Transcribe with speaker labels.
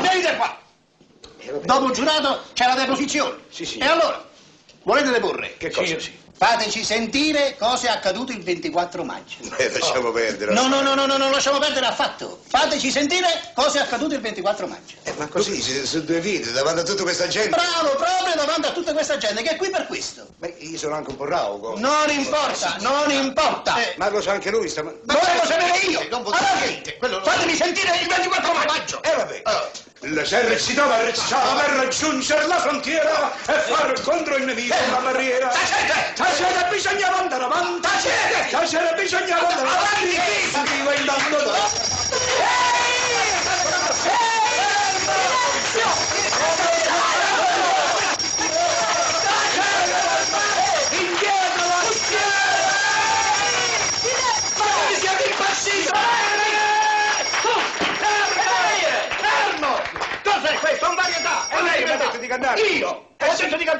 Speaker 1: venite qua!
Speaker 2: Eh, vabbè.
Speaker 1: Dopo il giurato c'è la deposizione.
Speaker 2: Sì, sì.
Speaker 1: E allora? Volete deporre?
Speaker 2: Che cosa?
Speaker 1: Sì, sì. Fateci sentire cosa è accaduto il 24 maggio.
Speaker 2: Eh, lasciamo perdere.
Speaker 1: No, no, no, no, no, non lasciamo perdere affatto. Fateci sentire cosa è accaduto il 24 maggio.
Speaker 2: Eh, ma così, su, su due vite, davanti a tutta questa gente.
Speaker 1: Bravo, proprio davanti a tutta questa gente che è qui per questo.
Speaker 2: Ma io sono anche un po' rauco.
Speaker 1: Non importa, non importa. Eh,
Speaker 2: Ma lo sa anche lui stamattina.
Speaker 1: Ma volevo sapere io.
Speaker 3: Non vuol
Speaker 1: Allora,
Speaker 3: dire niente, quello non-
Speaker 1: Fatemi sentire il 24 maggio.
Speaker 2: Eh, vabbè.
Speaker 1: Oh.
Speaker 3: Ah.
Speaker 4: La l'esercito avanzava per raggiungere la frontiera e
Speaker 1: Eh.
Speaker 4: far contro il nemico la barriera.
Speaker 3: Tacete!
Speaker 4: Tacere bisognava andare avanti.
Speaker 3: Tacete!
Speaker 4: Tacere bisognava andare avanti.
Speaker 3: Avanti!
Speaker 4: Stava andando da-
Speaker 3: Ma siete impazziti! Fermo!
Speaker 1: Cos'è questo? È un varietà.
Speaker 3: E lei mi ha detto di cantare?
Speaker 1: Io. Ho detto di cantare.